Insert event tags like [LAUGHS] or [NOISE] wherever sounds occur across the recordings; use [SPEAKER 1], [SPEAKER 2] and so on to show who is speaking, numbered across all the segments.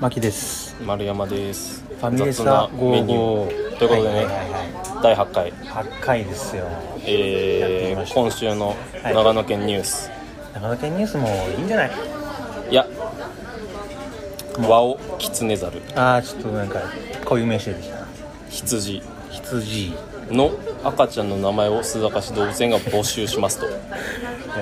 [SPEAKER 1] 牧です
[SPEAKER 2] 丸山ですフ
[SPEAKER 1] ファミレスタ55
[SPEAKER 2] ということでね、
[SPEAKER 1] はいはいは
[SPEAKER 2] 第8回、
[SPEAKER 1] い、8回ですよやってみ
[SPEAKER 2] え
[SPEAKER 1] まし
[SPEAKER 2] ー、
[SPEAKER 1] ょう
[SPEAKER 2] 今週の
[SPEAKER 1] はい
[SPEAKER 2] 長野県ニュース、
[SPEAKER 1] 長野県ニュースもいいんじゃない
[SPEAKER 2] い、やワオキツネザル
[SPEAKER 1] ああちょっとなんかこういう名詞出てきた
[SPEAKER 2] 羊
[SPEAKER 1] 羊
[SPEAKER 2] の赤ちゃんの名前を須坂市動物園が募集
[SPEAKER 1] [LAUGHS]
[SPEAKER 2] しますと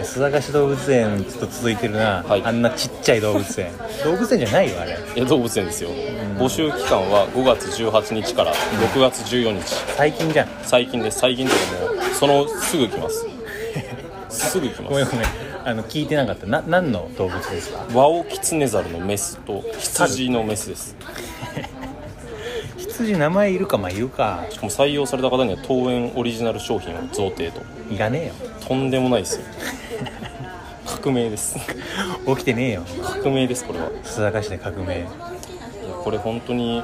[SPEAKER 1] 須坂市動物園ちょっと続いてるな、
[SPEAKER 2] はい
[SPEAKER 1] あんなちっちゃい動物園 [LAUGHS] 動物園じゃないよあれ
[SPEAKER 2] いや動物園ですよ募集期間は5月18日から6月14日
[SPEAKER 1] 最近じゃん
[SPEAKER 2] 最近です最近というかもうそのすぐ来ます
[SPEAKER 1] [LAUGHS]
[SPEAKER 2] すぐ来
[SPEAKER 1] ごめん
[SPEAKER 2] ま
[SPEAKER 1] ごめんあの聞いてなかったな何の動物ですか
[SPEAKER 2] すワオキツネザルのメスと羊のメスです
[SPEAKER 1] 羊名前いるかまあいるか
[SPEAKER 2] しかも採用された方には当園オリジナル商品を贈呈と
[SPEAKER 1] いらねえよ
[SPEAKER 2] とんでもないですよ [LAUGHS] 革命です [LAUGHS]
[SPEAKER 1] 起きてねえよ
[SPEAKER 2] 革命ですこれは
[SPEAKER 1] 須坂市で革命
[SPEAKER 2] いやこれ本当に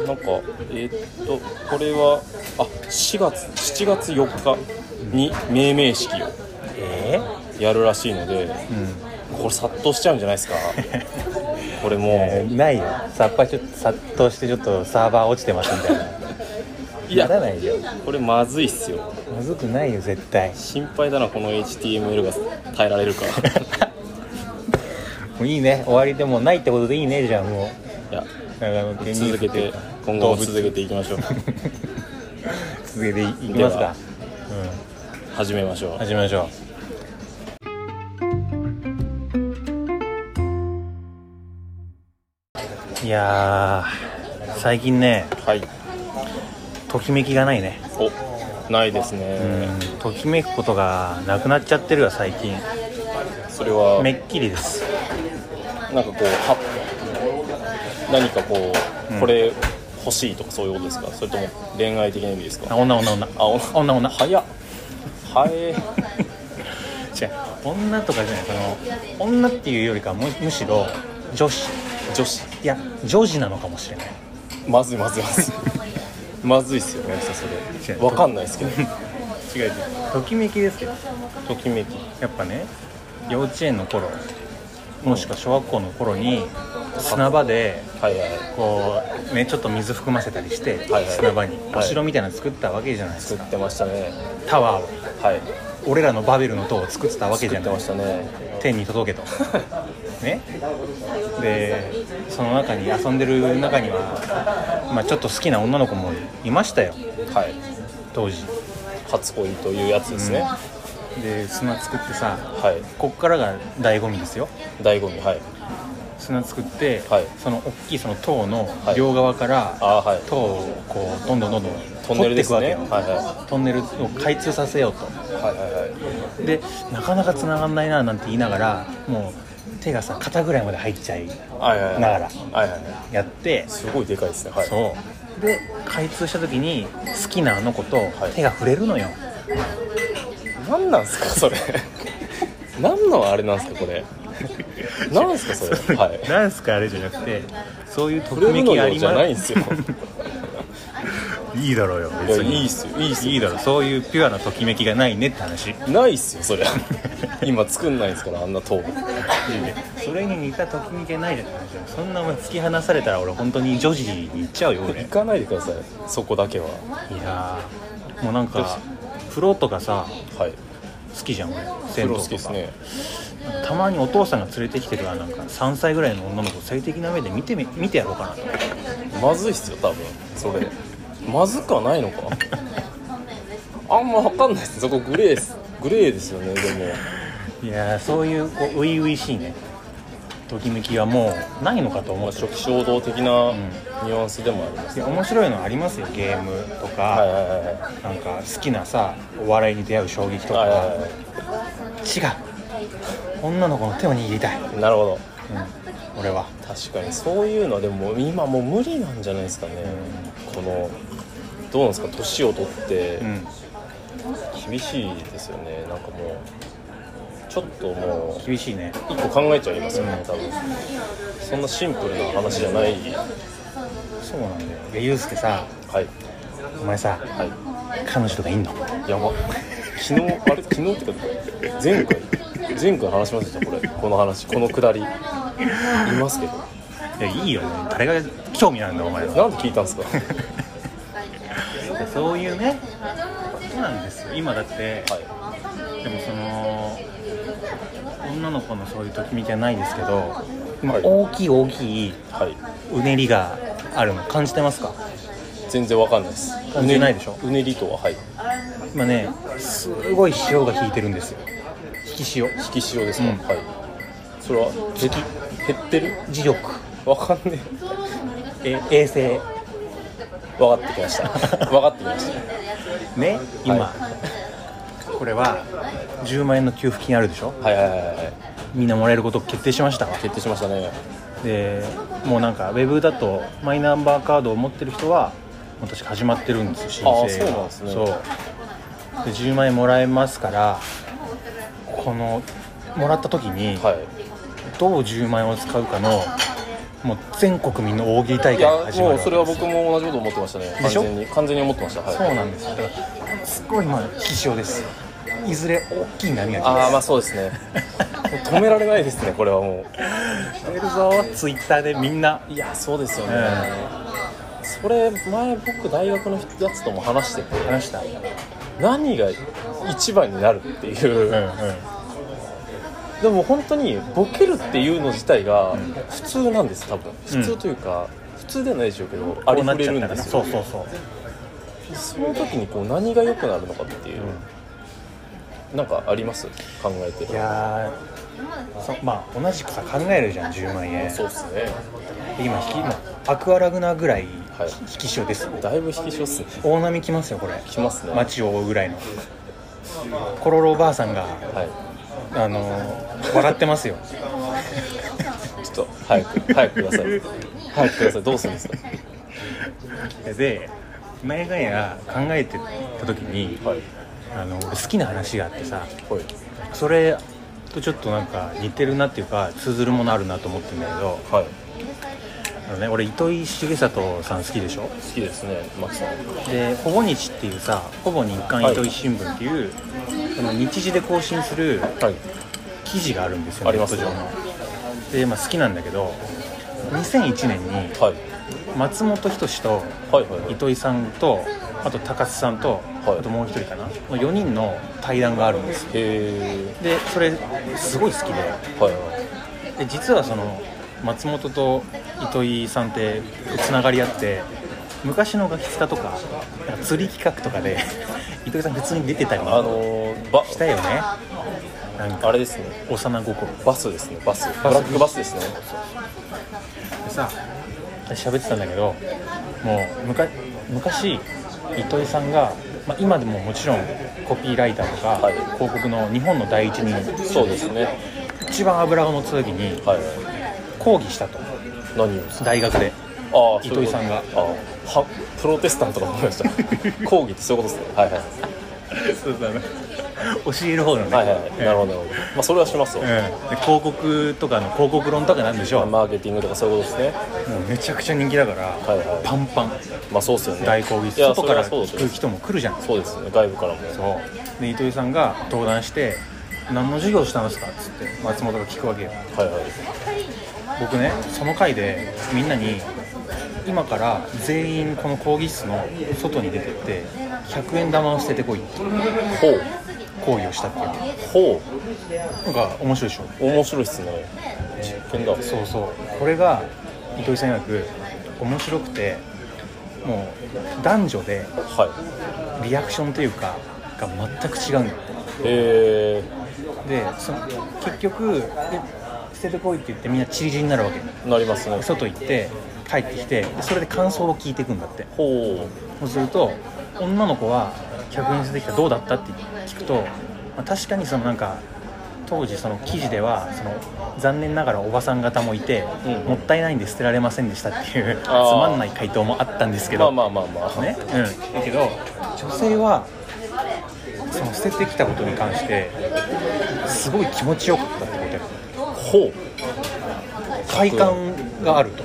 [SPEAKER 1] うん
[SPEAKER 2] なんかえーっとこれはあ4月7月4日に命名式を
[SPEAKER 1] え
[SPEAKER 2] やるらしいので
[SPEAKER 1] えうん
[SPEAKER 2] これ殺到しちゃうんじゃないですかこれ
[SPEAKER 1] え
[SPEAKER 2] も
[SPEAKER 1] ーないよさっぱちょっと殺到してちょっとサーバー落ちてますみたいな
[SPEAKER 2] ういや
[SPEAKER 1] ならないよ
[SPEAKER 2] これまずいっすよ
[SPEAKER 1] まずくないよ絶対
[SPEAKER 2] 心配だなこの HTML が耐えられるか
[SPEAKER 1] もういいね終わりでもうないってことでいいねじゃあも
[SPEAKER 2] いや
[SPEAKER 1] う長野県に
[SPEAKER 2] [LAUGHS] 続けて今後も続けていきましょう
[SPEAKER 1] 続けていきますか
[SPEAKER 2] 始めましょう
[SPEAKER 1] 始めましょういやー最近ね
[SPEAKER 2] はい
[SPEAKER 1] ときめきがないね
[SPEAKER 2] おないです
[SPEAKER 1] う
[SPEAKER 2] ね、
[SPEAKER 1] んときめくことがなくなっちゃってるわ最近
[SPEAKER 2] それは
[SPEAKER 1] めっきりです
[SPEAKER 2] なんかこうは何かこう、これ欲しいとかそういうことですかそれとも恋愛的な意味です
[SPEAKER 1] あ
[SPEAKER 2] か
[SPEAKER 1] 女女女
[SPEAKER 2] あお
[SPEAKER 1] 女女
[SPEAKER 2] 早っはえ
[SPEAKER 1] 違う女とかじゃないその女っていうよりかはむむしろ女子
[SPEAKER 2] 女子
[SPEAKER 1] いや女子なのかもしれない
[SPEAKER 2] まずいまずい
[SPEAKER 1] [LAUGHS]
[SPEAKER 2] まずいまずいっすよねそ
[SPEAKER 1] 違
[SPEAKER 2] れ
[SPEAKER 1] う
[SPEAKER 2] わかんない
[SPEAKER 1] [LAUGHS]
[SPEAKER 2] ですけど
[SPEAKER 1] 違う違うときめきですけど
[SPEAKER 2] ときめき
[SPEAKER 1] やっぱね幼稚園の頃もしくは小学校の頃に砂場で
[SPEAKER 2] はいはいはい
[SPEAKER 1] こうねちょっと水含ませたりして、
[SPEAKER 2] はいはい
[SPEAKER 1] 砂場に
[SPEAKER 2] はい
[SPEAKER 1] お城みたいなの作ったわけじゃないです
[SPEAKER 2] 作
[SPEAKER 1] か、
[SPEAKER 2] ってましたね
[SPEAKER 1] タワーを
[SPEAKER 2] はい
[SPEAKER 1] 俺らのバベルの塔を作ってたわけじ
[SPEAKER 2] 作
[SPEAKER 1] ゃない
[SPEAKER 2] ってましたね
[SPEAKER 1] 天に届けとねでその中に遊んでる中には、まあ、ちょっと好きな女の子もいましたよ
[SPEAKER 2] はい
[SPEAKER 1] 当時
[SPEAKER 2] 初恋というやつですね、
[SPEAKER 1] で砂作ってさ
[SPEAKER 2] はい
[SPEAKER 1] こっからが醍醐味ですよ
[SPEAKER 2] 醍醐味はい
[SPEAKER 1] 砂作って、
[SPEAKER 2] はい
[SPEAKER 1] その大きいその塔の
[SPEAKER 2] はい
[SPEAKER 1] 両側から、
[SPEAKER 2] あーはい
[SPEAKER 1] 塔をこうどんどんどんどん
[SPEAKER 2] トンネルです
[SPEAKER 1] 掘
[SPEAKER 2] ね
[SPEAKER 1] っていくわけよ、
[SPEAKER 2] はいは
[SPEAKER 1] トンネルを開通させようと
[SPEAKER 2] はいはいはい
[SPEAKER 1] でなかなか繋がんないななんて言いながらもう手がさ肩ぐらいまで入っちゃい
[SPEAKER 2] はいはいはい
[SPEAKER 1] ながら
[SPEAKER 2] はいはいはい
[SPEAKER 1] やって
[SPEAKER 2] すごいでかいですねはい
[SPEAKER 1] そうで開通した時に好きなあの子と
[SPEAKER 2] い
[SPEAKER 1] 手が触れるのよ、
[SPEAKER 2] 何なんすかそれ [LAUGHS] 何のあれなんすかこ
[SPEAKER 1] [LAUGHS]
[SPEAKER 2] れ何すかそれ [LAUGHS] はい
[SPEAKER 1] なんすかあれじゃなくてそういうとき
[SPEAKER 2] 触れる
[SPEAKER 1] め
[SPEAKER 2] の
[SPEAKER 1] きあ
[SPEAKER 2] よ
[SPEAKER 1] り
[SPEAKER 2] じゃ
[SPEAKER 1] ま
[SPEAKER 2] ないん
[SPEAKER 1] い
[SPEAKER 2] すよ
[SPEAKER 1] [LAUGHS] いだろうよ
[SPEAKER 2] いやいいっすよいいっすよ
[SPEAKER 1] いいだろうそういうピュアなときめきがないねって話
[SPEAKER 2] ないっすよそりゃ今作んないんすからあんな塔
[SPEAKER 1] それに似たときめきがないじゃないですかそんなお前突き放されたら俺本当に女子に行っちゃうよ俺
[SPEAKER 2] 行か [LAUGHS] ないでくださいそこだけはい
[SPEAKER 1] やーもうなんか風呂とかさ
[SPEAKER 2] はい
[SPEAKER 1] 好きじゃん俺
[SPEAKER 2] 風
[SPEAKER 1] 銭湯
[SPEAKER 2] 呂
[SPEAKER 1] と
[SPEAKER 2] 好
[SPEAKER 1] か
[SPEAKER 2] きですね
[SPEAKER 1] たまにお父さんが連れてきてるわなんか3歳ぐらいの女の子を性的な目で見てみ見てやろうかなと
[SPEAKER 2] まずいっすよ多分それまずくはないのかあんま分かんないっすそこグレーっすグレーですよねでも
[SPEAKER 1] いやーそういうこう初々しいねときめきはもうないのかと思
[SPEAKER 2] まあ
[SPEAKER 1] う
[SPEAKER 2] 初期衝動的なニュアンスでもあります
[SPEAKER 1] いや面白いのありますよゲームとか、
[SPEAKER 2] はいはいはいはい
[SPEAKER 1] なんか好きなさお笑いに出会う衝撃とか、
[SPEAKER 2] はいはいは
[SPEAKER 1] 違う女の子の手を握りたい、
[SPEAKER 2] いなるほど
[SPEAKER 1] うん、俺は
[SPEAKER 2] 確かにそういうのはでも今もう無理なんじゃないですかね、このどうなんですか年を取って
[SPEAKER 1] うん
[SPEAKER 2] 厳しいですよねなんかもうちょっともう
[SPEAKER 1] 厳しいね
[SPEAKER 2] 一個考えちゃいますよね多分そんなシンプルな話じゃない
[SPEAKER 1] そうなんだよでユうスケさ
[SPEAKER 2] はい
[SPEAKER 1] お前さ
[SPEAKER 2] は
[SPEAKER 1] 彼女とかいんの
[SPEAKER 2] いやば昨日あれ昨日ってか前回前回話しましたこれこの話このくだりいますけど
[SPEAKER 1] いやいいよね誰が興味なんだお前は
[SPEAKER 2] なんで聞いたんですか
[SPEAKER 1] そういうねそうなんですよ今だって
[SPEAKER 2] は
[SPEAKER 1] でもその女の子のそういうときみじゃないですけど
[SPEAKER 2] い、はい
[SPEAKER 1] 大きい大きい
[SPEAKER 2] はい、
[SPEAKER 1] うねりがあるの感じてますか
[SPEAKER 2] 全然わかんないです
[SPEAKER 1] 感じないでしょ
[SPEAKER 2] うねりとははい
[SPEAKER 1] 今ねすごい潮が引いてるんですよ引き潮
[SPEAKER 2] 引き潮ですか、
[SPEAKER 1] うん
[SPEAKER 2] はいそれは減減ってる
[SPEAKER 1] 磁力
[SPEAKER 2] わかんね
[SPEAKER 1] え衛星
[SPEAKER 2] えわかってきました
[SPEAKER 1] [LAUGHS]
[SPEAKER 2] わかってきました
[SPEAKER 1] ね今、
[SPEAKER 2] は
[SPEAKER 1] これは10万円の給付金あるでしょ
[SPEAKER 2] はいはいはいはい
[SPEAKER 1] みんなもらえること決定しましたわ
[SPEAKER 2] 決定しましたね
[SPEAKER 1] でもうなんかウェブだとマイナンバーカードを持ってる人はもう確か始まってるんですよ申
[SPEAKER 2] あー
[SPEAKER 1] 請が
[SPEAKER 2] そうなんですね
[SPEAKER 1] そうで10万円もらえますからこのもらった時に
[SPEAKER 2] はい
[SPEAKER 1] どう10万円を使うかのもう全国民の大喜利大
[SPEAKER 2] い
[SPEAKER 1] 会が
[SPEAKER 2] や
[SPEAKER 1] 始ま
[SPEAKER 2] も
[SPEAKER 1] る
[SPEAKER 2] うそれは僕も同じこと思ってましたね
[SPEAKER 1] で
[SPEAKER 2] 完
[SPEAKER 1] しょ
[SPEAKER 2] 全に完全に思ってましたはい
[SPEAKER 1] そうなんですよだからすごい今引き潮ですいずれ大きい波が来
[SPEAKER 2] ああま
[SPEAKER 1] ま
[SPEAKER 2] あそうです
[SPEAKER 1] [LAUGHS]
[SPEAKER 2] ね止められないですねこれはもう
[SPEAKER 1] す出るぞツイッターでみんない
[SPEAKER 2] やそうですよね、
[SPEAKER 1] う
[SPEAKER 2] それ前僕大学のやつとも話してて
[SPEAKER 1] 話した
[SPEAKER 2] 何が一番になるっていう、
[SPEAKER 1] うんうん
[SPEAKER 2] でも本当にボケるっていうの自体が普通なんです多分普通というか、普通ではないでしょうけどありふれるんです
[SPEAKER 1] そ
[SPEAKER 2] よ
[SPEAKER 1] うそうそう
[SPEAKER 2] その時にこう何が良くなるのかっていう、なんかあります考えて
[SPEAKER 1] いやーそまあ同じくさ考えるじゃん10万円
[SPEAKER 2] そうっすね
[SPEAKER 1] 今引き今アクアラグナぐらい
[SPEAKER 2] はい
[SPEAKER 1] 引き潮です、
[SPEAKER 2] だいぶ引き潮っすね
[SPEAKER 1] 大波来ますよこれ
[SPEAKER 2] 来ますねはい
[SPEAKER 1] 街を覆うぐらいのコロロおばあさんがあのー笑ってますよ
[SPEAKER 2] ちょっと早く早くください早くくださいどうするんですか
[SPEAKER 1] で前がや考えてた時に
[SPEAKER 2] はい
[SPEAKER 1] あの俺好きな話があってさ
[SPEAKER 2] はい
[SPEAKER 1] それとちょっとなんか似てるなっていうか通ずるものあるなと思ってんだけど
[SPEAKER 2] はい
[SPEAKER 1] あの、ね、俺糸井重里さん好きでしょ
[SPEAKER 2] 好きですねマキさん
[SPEAKER 1] で「ほぼ日」っていうさほぼ日刊糸井新聞っていう、その日時で更新する
[SPEAKER 2] はい
[SPEAKER 1] 記事があるんですよ
[SPEAKER 2] あります
[SPEAKER 1] ネット上ので、まあ、好きなんだけど2001年に
[SPEAKER 2] はい
[SPEAKER 1] 松本人志と
[SPEAKER 2] はいはいはい
[SPEAKER 1] 糸井さんとあと高須さんと、
[SPEAKER 2] はい
[SPEAKER 1] あともう一人かなの4人の対談があるんですよ
[SPEAKER 2] へえ
[SPEAKER 1] でそれすごい好きで
[SPEAKER 2] はいはい
[SPEAKER 1] で実はその松本と糸井さんってつながりあって昔のガキツカとかなんか釣り企画とかで [LAUGHS] 糸井さん普通に出てたり
[SPEAKER 2] あのー、ば
[SPEAKER 1] したよねなんか
[SPEAKER 2] あれですね
[SPEAKER 1] 幼心で
[SPEAKER 2] バスですねバスブラックバスですね
[SPEAKER 1] さ喋ってたんだけどもうむか昔糸井さんが、まあ、今でももちろんコピーライターとか、
[SPEAKER 2] はい
[SPEAKER 1] 広告の日本の第一人
[SPEAKER 2] そうですね
[SPEAKER 1] 一番油を持つ時に
[SPEAKER 2] はい
[SPEAKER 1] 抗議したと
[SPEAKER 2] 何をですか
[SPEAKER 1] 大学
[SPEAKER 2] [LAUGHS]
[SPEAKER 1] で
[SPEAKER 2] ああ
[SPEAKER 1] 糸井さんが
[SPEAKER 2] ああはプロテスタントだと思いました
[SPEAKER 1] [LAUGHS]
[SPEAKER 2] 抗議ってそういうことですねはいはい
[SPEAKER 1] そうだね教える方のね、
[SPEAKER 2] はいはい、はい、なるほどなるほどまあそれはしますよ
[SPEAKER 1] うん、で広告とかの広告論とかなんでしょうも
[SPEAKER 2] マーケティングとかそういうことですね
[SPEAKER 1] うめちゃくちゃ人気だから、
[SPEAKER 2] いはい
[SPEAKER 1] パンパン
[SPEAKER 2] まあそうですよね
[SPEAKER 1] 大抗議
[SPEAKER 2] いや
[SPEAKER 1] 外から
[SPEAKER 2] それはそう
[SPEAKER 1] 聞
[SPEAKER 2] で
[SPEAKER 1] く
[SPEAKER 2] す
[SPEAKER 1] 人も来るじゃん
[SPEAKER 2] そうですね外部からも
[SPEAKER 1] そうで糸井さんが登壇して「何の授業したんですか?」っつって松本が聞くわけよ
[SPEAKER 2] はいはい
[SPEAKER 1] 僕ねその回でみんなに「今から全員この講義室の外に出てって100円玉を捨ててこい」って
[SPEAKER 2] ほう
[SPEAKER 1] 講義をしたっていう
[SPEAKER 2] ほ
[SPEAKER 1] なんか面白いでしょ
[SPEAKER 2] う面白いっすね実験だ
[SPEAKER 1] そうそうこれが糸井さん曰く面白くてもう男女で
[SPEAKER 2] は
[SPEAKER 1] リアクションというかが全く違うんだって
[SPEAKER 2] いえ
[SPEAKER 1] でその結局で捨ててこいって言ってみんなチリチリになるわけ
[SPEAKER 2] ー、なりますね
[SPEAKER 1] 外行って帰ってきてでそれで感想を聞いていくんだって
[SPEAKER 2] ほ
[SPEAKER 1] そうすると女の子は100円捨ててきたどうだったって聞くと、まあ確かにそのなんか当時その記事ではその残念ながらおばさん方もいて、
[SPEAKER 2] うん
[SPEAKER 1] もったいないんで捨てられませんでしたっていうつ
[SPEAKER 2] あー
[SPEAKER 1] まんない回答もあったんですけ
[SPEAKER 2] うまあ
[SPEAKER 1] ど
[SPEAKER 2] まあまあまあ、
[SPEAKER 1] ね、うん、だけど女性はその捨ててきたことに関してすごい気持ちよかったってことや
[SPEAKER 2] ほ
[SPEAKER 1] 快感があると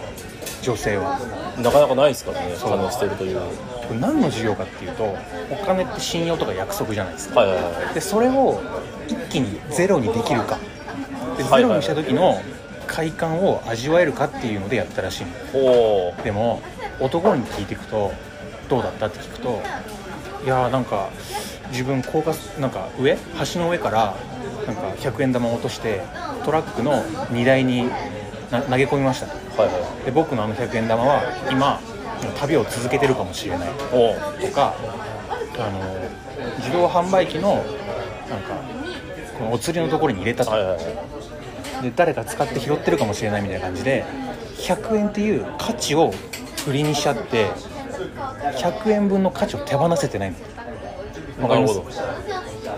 [SPEAKER 1] 女性は
[SPEAKER 2] うなかなかないですからね
[SPEAKER 1] う
[SPEAKER 2] 金を捨てるというはい
[SPEAKER 1] これ何の授業かっていうとお金って信用とか約束じゃないですか、
[SPEAKER 2] はいはい
[SPEAKER 1] でそれを一気にゼロにできるかで
[SPEAKER 2] はいはい
[SPEAKER 1] ゼロにした時の快感を味わえるかっていうのでやったらしいの
[SPEAKER 2] ほ
[SPEAKER 1] でも男に聞いていくとどうだったって聞くといやーなんか自分高架なんか上橋の上からなんか100円玉を落としてトラックの荷台にな投げ込みましたと
[SPEAKER 2] うはいはい
[SPEAKER 1] で僕のあの100円玉は今旅を続けてるかもしれない
[SPEAKER 2] おう
[SPEAKER 1] とかあの自動販売機のなんかこのお釣りのところに入れたと
[SPEAKER 2] はいはいはい
[SPEAKER 1] で誰か使って拾ってるかもしれないみたいな感じで100円っていう価値を売りにしちゃって100円分の価値を手放せてないのわか
[SPEAKER 2] な
[SPEAKER 1] り
[SPEAKER 2] る
[SPEAKER 1] ま
[SPEAKER 2] ほ
[SPEAKER 1] す
[SPEAKER 2] ど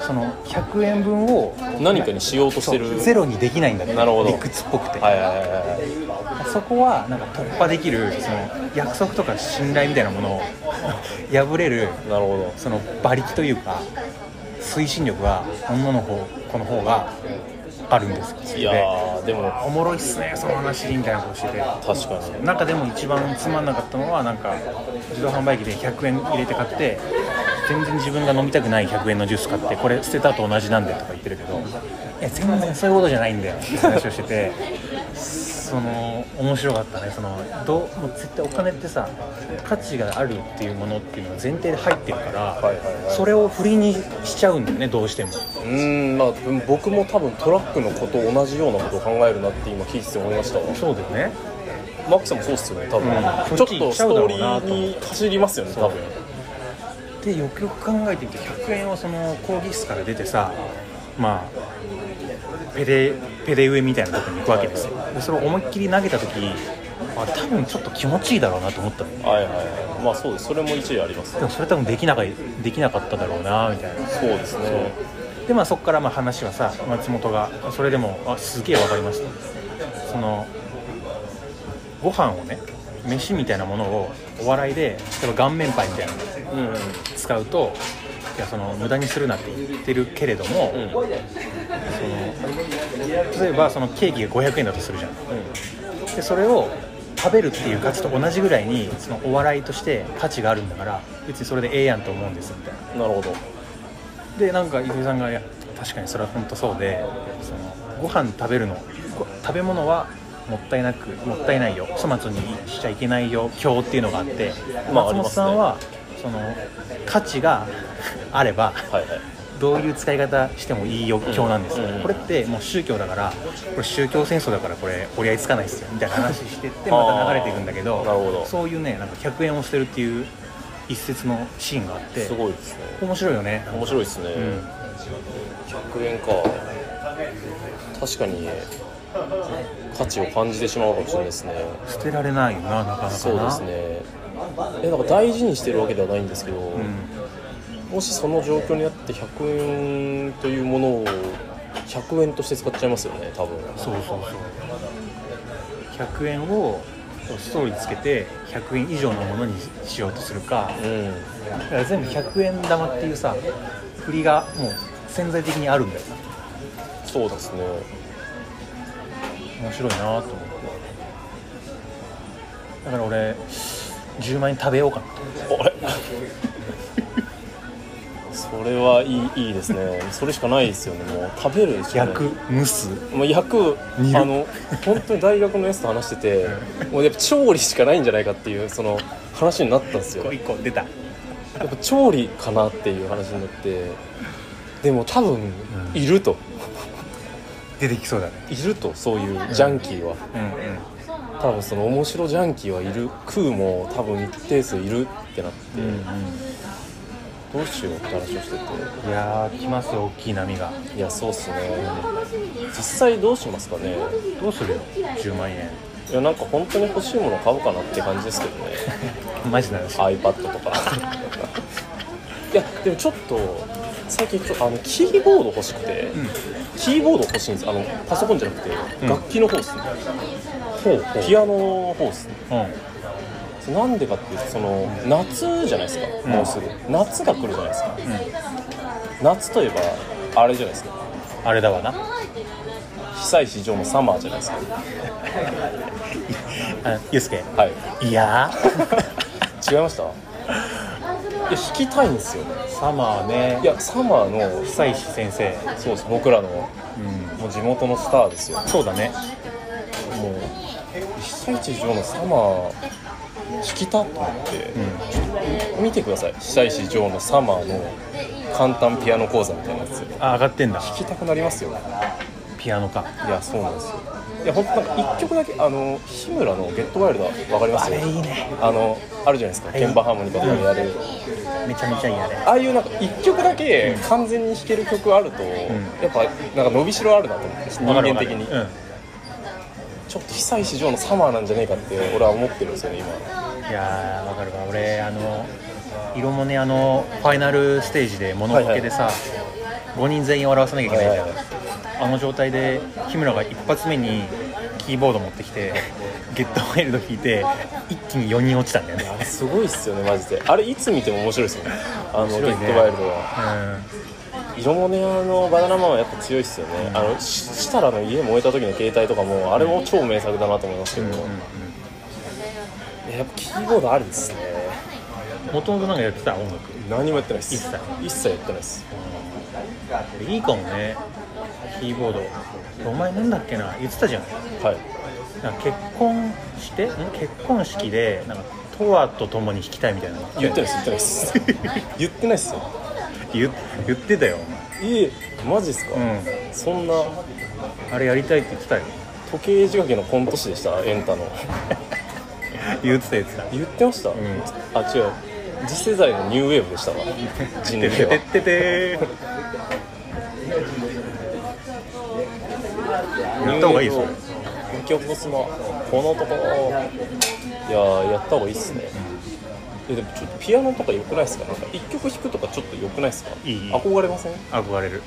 [SPEAKER 1] その100円分を
[SPEAKER 2] 何かにしようとし
[SPEAKER 1] そう
[SPEAKER 2] てる
[SPEAKER 1] ゼロにできないんだって
[SPEAKER 2] なるほど
[SPEAKER 1] 理屈っぽくて、
[SPEAKER 2] はいはいはいはい
[SPEAKER 1] そこはなんか突破できるその約束とか信頼みたいなものを破れる
[SPEAKER 2] なるほ
[SPEAKER 1] その馬力というか推進力が女の子この方があるんですよ
[SPEAKER 2] どいやーでも
[SPEAKER 1] おもろいっすねその話みたいなことしてて
[SPEAKER 2] 確かに
[SPEAKER 1] 中でも一番つまんなかったのはなんか自動販売機で100円入れて買って全然自分が飲みたくない100円のジュース買ってこれ捨てたと同じなんでとか言ってるけどいや全然そういうことじゃないんだよって話をしててその面白かったねそのどうもう絶対お金ってさ価値があるっていうものっていうのが前提で入ってるから、
[SPEAKER 2] いはいはい
[SPEAKER 1] それを振りにしちゃうんだよねどうしても
[SPEAKER 2] うーんまあうん僕も多分トラックのこと同じようなことを考えるなって今聞いてて思いましたわ
[SPEAKER 1] そうだよね
[SPEAKER 2] マックさんもそうっすよね多分、
[SPEAKER 1] うん
[SPEAKER 2] ちょっとス
[SPEAKER 1] こ
[SPEAKER 2] トーリ
[SPEAKER 1] っち行っちゃうだろうなと思
[SPEAKER 2] ーに走りますよね多分
[SPEAKER 1] でよくよく考えてみて100円をその講義室から出てさまあペレペレ上みたいなとこに行くわけですよでそれを思いっきり投げた時あ多分ちょっと気持ちいいだろうなと思ったのよ
[SPEAKER 2] はいはいはいまあそうですそれも一理あります
[SPEAKER 1] でもそれ多分できなかできなかっただろうなみたいな
[SPEAKER 2] そうですね
[SPEAKER 1] でまあそこからまあ話はさ松本がそれでもあすげえわかりましたそのご飯をね飯みたいなものをお笑いで例えば顔面パイみたいなの
[SPEAKER 2] うんうん
[SPEAKER 1] 使うといやその無駄にするなって言ってるけれども、
[SPEAKER 2] うん
[SPEAKER 1] その例えばそのケーキが500円だとするじゃんでそれを食べるっていう価値と同じぐらいにそのお笑いとして価値があるんだから別にそれでええやんと思うんですみたいな
[SPEAKER 2] なるほど
[SPEAKER 1] でなんか伊藤さんがいや確かにそれは本当そうでそのご飯食べるのご食べ物はもったいなくもったいないよ粗末にしちゃいけないよ今日っていうのがあって、
[SPEAKER 2] まあ
[SPEAKER 1] 松
[SPEAKER 2] あり
[SPEAKER 1] 本
[SPEAKER 2] ますね
[SPEAKER 1] さんはその価値があれば
[SPEAKER 2] はいはい
[SPEAKER 1] どういう使い方してもいいよ今日なんですよ、
[SPEAKER 2] うん
[SPEAKER 1] これってもう宗教だからこれ宗教戦争だからこれ折り合いつかないですよみたいな話してって
[SPEAKER 2] あー
[SPEAKER 1] また流れていくんだけど
[SPEAKER 2] なるほど
[SPEAKER 1] そういうねなんか100円を捨てるっていう一節のシーンがあって
[SPEAKER 2] すごいですね
[SPEAKER 1] 面白いよね、
[SPEAKER 2] 面白いですね、
[SPEAKER 1] うん
[SPEAKER 2] 100円か確かに価値を感じてしまうかもしれないですね
[SPEAKER 1] 捨てられないよななかなかな
[SPEAKER 2] そうですねえなんか大事にしてるわけではないんですけど、
[SPEAKER 1] うん
[SPEAKER 2] もしその状況になって100円というものを100円として使っちゃいますよね多分
[SPEAKER 1] そうそうそう100円をストーリーつけて100円以上のものにしようとするか
[SPEAKER 2] うん
[SPEAKER 1] だから全部100円玉っていうさ振りがもう潜在的にあるんだよ
[SPEAKER 2] そうですね
[SPEAKER 1] 面白いなと思ってだから俺10万円食べようかなと
[SPEAKER 2] あれ [LAUGHS] それはいいいいですねそれしかないですよねもう食べるしかない
[SPEAKER 1] 焼く蒸す
[SPEAKER 2] もう焼く
[SPEAKER 1] 煮る
[SPEAKER 2] あの本当に大学のやつと話しててもうやっぱ調理しかないんじゃないかっていうその話になったんですよ
[SPEAKER 1] 1個出た
[SPEAKER 2] やっぱ調理かなっていう話になってでも多分いると、
[SPEAKER 1] 出てきそうだね
[SPEAKER 2] いるとそういうジャンキーは
[SPEAKER 1] うんうん
[SPEAKER 2] 多分その面白ジャンキーはいる食うも多分一定数いるってなって
[SPEAKER 1] うん
[SPEAKER 2] どうしようって話をして
[SPEAKER 1] うんいやー来ますよ大きい波が
[SPEAKER 2] ていやそうっすね実際どうしますかね
[SPEAKER 1] どうするよ10万円
[SPEAKER 2] いやなんか本当に欲しいもの買おうかなって感じですけどね
[SPEAKER 1] マジな話
[SPEAKER 2] iPad とかいやでもちょっと最近ちょっとあのキーボード欲しくて、キーボード欲しいんですあのパソコンじゃなくて、
[SPEAKER 1] うん
[SPEAKER 2] 楽器の方ですね
[SPEAKER 1] ほうほ
[SPEAKER 2] ピアノの方ですね
[SPEAKER 1] う
[SPEAKER 2] それなんでかっていうとその夏じゃないですか、
[SPEAKER 1] ん
[SPEAKER 2] もうすぐ夏が来るじゃないですか、夏といえばあれじゃないですか
[SPEAKER 1] ん、あれだわな
[SPEAKER 2] 久石場のサマーじゃないですか
[SPEAKER 1] あゆうすけ
[SPEAKER 2] はい
[SPEAKER 1] いや
[SPEAKER 2] 違い
[SPEAKER 1] [LAUGHS]
[SPEAKER 2] ましたいや弾きたいんですよね
[SPEAKER 1] ーサマーね
[SPEAKER 2] いやサマーの
[SPEAKER 1] 久石先生、
[SPEAKER 2] そうです僕らの
[SPEAKER 1] うん、
[SPEAKER 2] もう地元のスターですよ
[SPEAKER 1] そうだね
[SPEAKER 2] 被災地上のサマー聞きたと思って、ちょっと見てください被災地上のサマーの簡単ピアノ講座みたいなやつ聞
[SPEAKER 1] あ上がってんだ
[SPEAKER 2] きたくなりますよい
[SPEAKER 1] ピアノか
[SPEAKER 2] やそうなんですよいや本当なんか1曲だけあの日村の「ゲットワイルド」わかります
[SPEAKER 1] あれいいね
[SPEAKER 2] あのあるじゃないですか鍵盤ハーモニカとかでやる、
[SPEAKER 1] めちゃめちゃいいあれ
[SPEAKER 2] ああいうなんか1曲だけ完全に弾ける曲あると、やっぱなんか伸びしろあるなと思って人
[SPEAKER 1] わかるわ
[SPEAKER 2] 間
[SPEAKER 1] かる
[SPEAKER 2] 的に、
[SPEAKER 1] うん
[SPEAKER 2] ちょっと被災市場のサマーなんじゃねえかって俺は思ってるんですよね今
[SPEAKER 1] いやーわかるわ俺あの色もねあのファイナルステージで物ボケでさ、5人全員笑わさなきゃいけないじゃん、
[SPEAKER 2] はいはい
[SPEAKER 1] あの状態で日村が一発目にキーボード持ってき
[SPEAKER 2] [LAUGHS]
[SPEAKER 1] てゲットワイルド弾いて一気に4人落ちたんだよね
[SPEAKER 2] あれすごいっすよねマジであれいつ見ても面白いっすよねあの、
[SPEAKER 1] 面
[SPEAKER 2] ゲ
[SPEAKER 1] 白い
[SPEAKER 2] ッ
[SPEAKER 1] ね
[SPEAKER 2] トワイルドは
[SPEAKER 1] う
[SPEAKER 2] 色モネアのバナナマンはやっぱ強いっすよね、あのし設楽の家燃えた時の携帯とかもあれも超名作だなと思いますけど、
[SPEAKER 1] んうん
[SPEAKER 2] いややっぱキーボードありですね
[SPEAKER 1] うんもともとなんかやってた音楽
[SPEAKER 2] 何もやってないっす
[SPEAKER 1] 一切
[SPEAKER 2] 一切やってないっす
[SPEAKER 1] いいかもねキーボードお前なんだっけな言ってたじゃん
[SPEAKER 2] はい
[SPEAKER 1] なんか結婚してん結婚式でなんかとわと共に弾きたいみたいなの
[SPEAKER 2] 言ってないっす言ってないっす
[SPEAKER 1] [LAUGHS]
[SPEAKER 2] 言ってないっすよ
[SPEAKER 1] 言言ってたよ
[SPEAKER 2] えマジっすか、
[SPEAKER 1] うん
[SPEAKER 2] そんな
[SPEAKER 1] あれやりたいって言ってたよ
[SPEAKER 2] 時計仕掛けのコント師でしたエンタの
[SPEAKER 1] 言ってた言ってた
[SPEAKER 2] 言ってました、
[SPEAKER 1] ん
[SPEAKER 2] あ違う次世代のニューウェーブ
[SPEAKER 1] [LAUGHS]
[SPEAKER 2] でしたわ人類
[SPEAKER 1] てて
[SPEAKER 2] は
[SPEAKER 1] てて言った方がいいそれ
[SPEAKER 2] 浮き起こすなこのところいやーやった方がいいっすね、えでもちょっとピアノとか良くないっすかなんか1曲弾くとかちょっと良くないっすか
[SPEAKER 1] いいいい
[SPEAKER 2] 憧れません
[SPEAKER 1] 憧れる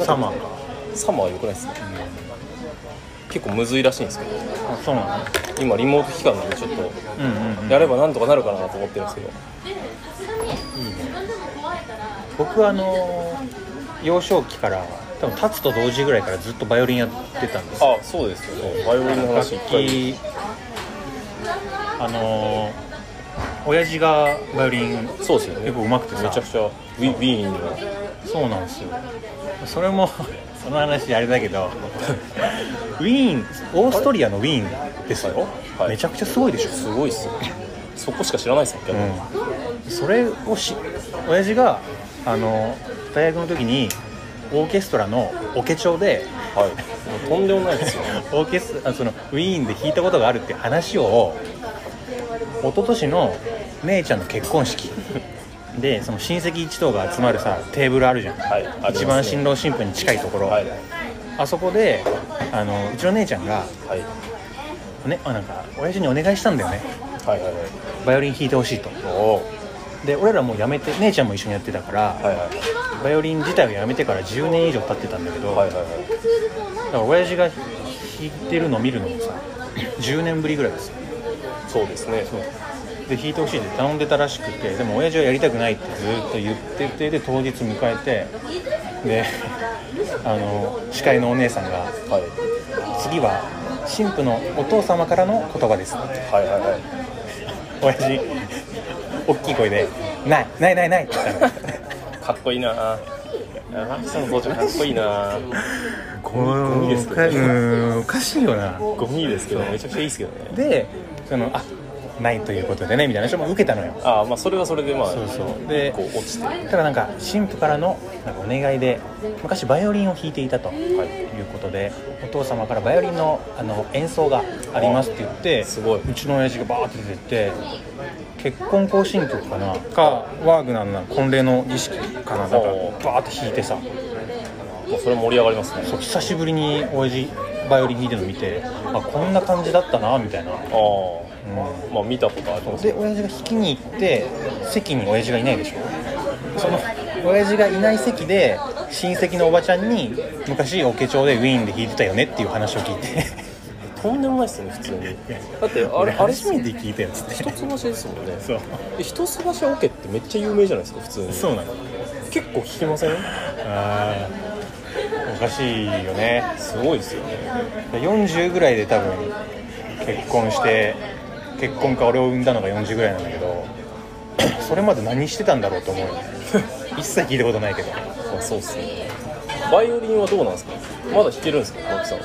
[SPEAKER 1] サマーか
[SPEAKER 2] サマーは良くないっすね、結構むずいらしいんですけど
[SPEAKER 1] あそうなの
[SPEAKER 2] 今リモート期間なんでちょっと
[SPEAKER 1] うんうん、うん、
[SPEAKER 2] やればなんとかなるかなと思ってるんですけど
[SPEAKER 1] 僕はあのー幼少期から多分立つと同時ぐらいからずっとバイオリンやってたんですよ
[SPEAKER 2] あそうですよねバイオリンの
[SPEAKER 1] 楽
[SPEAKER 2] 話一回
[SPEAKER 1] 器あのー親父がバイオリン
[SPEAKER 2] そうですよね
[SPEAKER 1] 結構上手くてさ
[SPEAKER 2] めちゃくちゃウィウィーンの
[SPEAKER 1] そうなんですよそれも [LAUGHS] その話あれだけど [LAUGHS] ウィーンオーストリアのウィーンですよ、
[SPEAKER 2] はい
[SPEAKER 1] めちゃくちゃすごいでしょ、
[SPEAKER 2] すごいっすよそこしか知らないっすもんね、
[SPEAKER 1] うん、それをし親父があの大学の時にオーケストラのオケ帳で
[SPEAKER 2] はいもうとんでもないですよ
[SPEAKER 1] オーケスあそのウィーンで弾いたことがあるって話を一昨年の姉ちゃんの結婚式でその親戚一同が集まるさテーブルあるじゃん、
[SPEAKER 2] はいありますね
[SPEAKER 1] 一番新郎新婦に近いところ、
[SPEAKER 2] はい
[SPEAKER 1] あそこであのうちの姉ちゃんが、
[SPEAKER 2] はい
[SPEAKER 1] ね、あなんか親父にお願いしたんだよね
[SPEAKER 2] はいはいはい
[SPEAKER 1] バイオリン弾いてほしいと
[SPEAKER 2] おお
[SPEAKER 1] で俺らもうやめて姉ちゃんも一緒にやってたから、
[SPEAKER 2] はいはい
[SPEAKER 1] バイオリン自体をやめてから10年以上経ってたんだけど、
[SPEAKER 2] はいはいはい
[SPEAKER 1] だから親父が弾いてるの見るのもさ10年ぶりぐらいですよ
[SPEAKER 2] そうですね
[SPEAKER 1] で弾いてほしいって頼んでたらしくてでも親父はやりたくないってずっと言っててで当日迎えてであの司会のお姉さんが
[SPEAKER 2] はい
[SPEAKER 1] 「次は新婦のお父様からの言葉です」
[SPEAKER 2] はいはいはい
[SPEAKER 1] 親父大きい声で「ないないないない」って言ったの
[SPEAKER 2] かっこいいなあマキさんの登場かっこいいなあ
[SPEAKER 1] こ
[SPEAKER 2] ゴミですけどね
[SPEAKER 1] うんおかしいよな
[SPEAKER 2] ゴミですけどめちゃくちゃいいですけどね
[SPEAKER 1] でその「あないということでね」みたいな人も受けたのよ
[SPEAKER 2] ああまあそれはそれでまあ
[SPEAKER 1] そうそうで
[SPEAKER 2] こう落ちてはい
[SPEAKER 1] ただなんか新婦からのなんかお願いで昔バイオリンを弾いていたということでお父様からバイオリンのあの演奏がありますって言って
[SPEAKER 2] すごいう
[SPEAKER 1] ちの親父がバーって出てって結婚行進曲かなかワーグナーの婚礼の儀式かななんかバ
[SPEAKER 2] ほう
[SPEAKER 1] ーって弾いてさ
[SPEAKER 2] もうそれ盛り上がりますね
[SPEAKER 1] そう久しぶりに親父バイオリン弾いてるの見てあこんな感じだったなみたいな、
[SPEAKER 2] ああまあ見たことあります
[SPEAKER 1] で親父が引きに行って席に親父がいないでしょその親父がいない席で親戚のおばちゃんに昔オケ帳でウィーンで弾いてたよねっていう話を聞いて
[SPEAKER 2] とんでもないっすね普通にだってあれ
[SPEAKER 1] 俺
[SPEAKER 2] あれ
[SPEAKER 1] 初めて聞いたやつって
[SPEAKER 2] 一橋ですもんね
[SPEAKER 1] そう
[SPEAKER 2] え一橋オケってめっちゃ有名じゃないですか普通に
[SPEAKER 1] そうなの
[SPEAKER 2] 結構聞きません
[SPEAKER 1] あーおかしいよね
[SPEAKER 2] すごいですよね
[SPEAKER 1] 40ぐらいで多分結婚して結婚か俺を産んだのが40ぐらいなんだけど [CLEARS THROAT] それまで何してたんだろうと思うよ [LAUGHS] 一切聞いたことないけど
[SPEAKER 2] まあそうっすねバイオリンはどうなんですかまだ弾けるんですかマキさん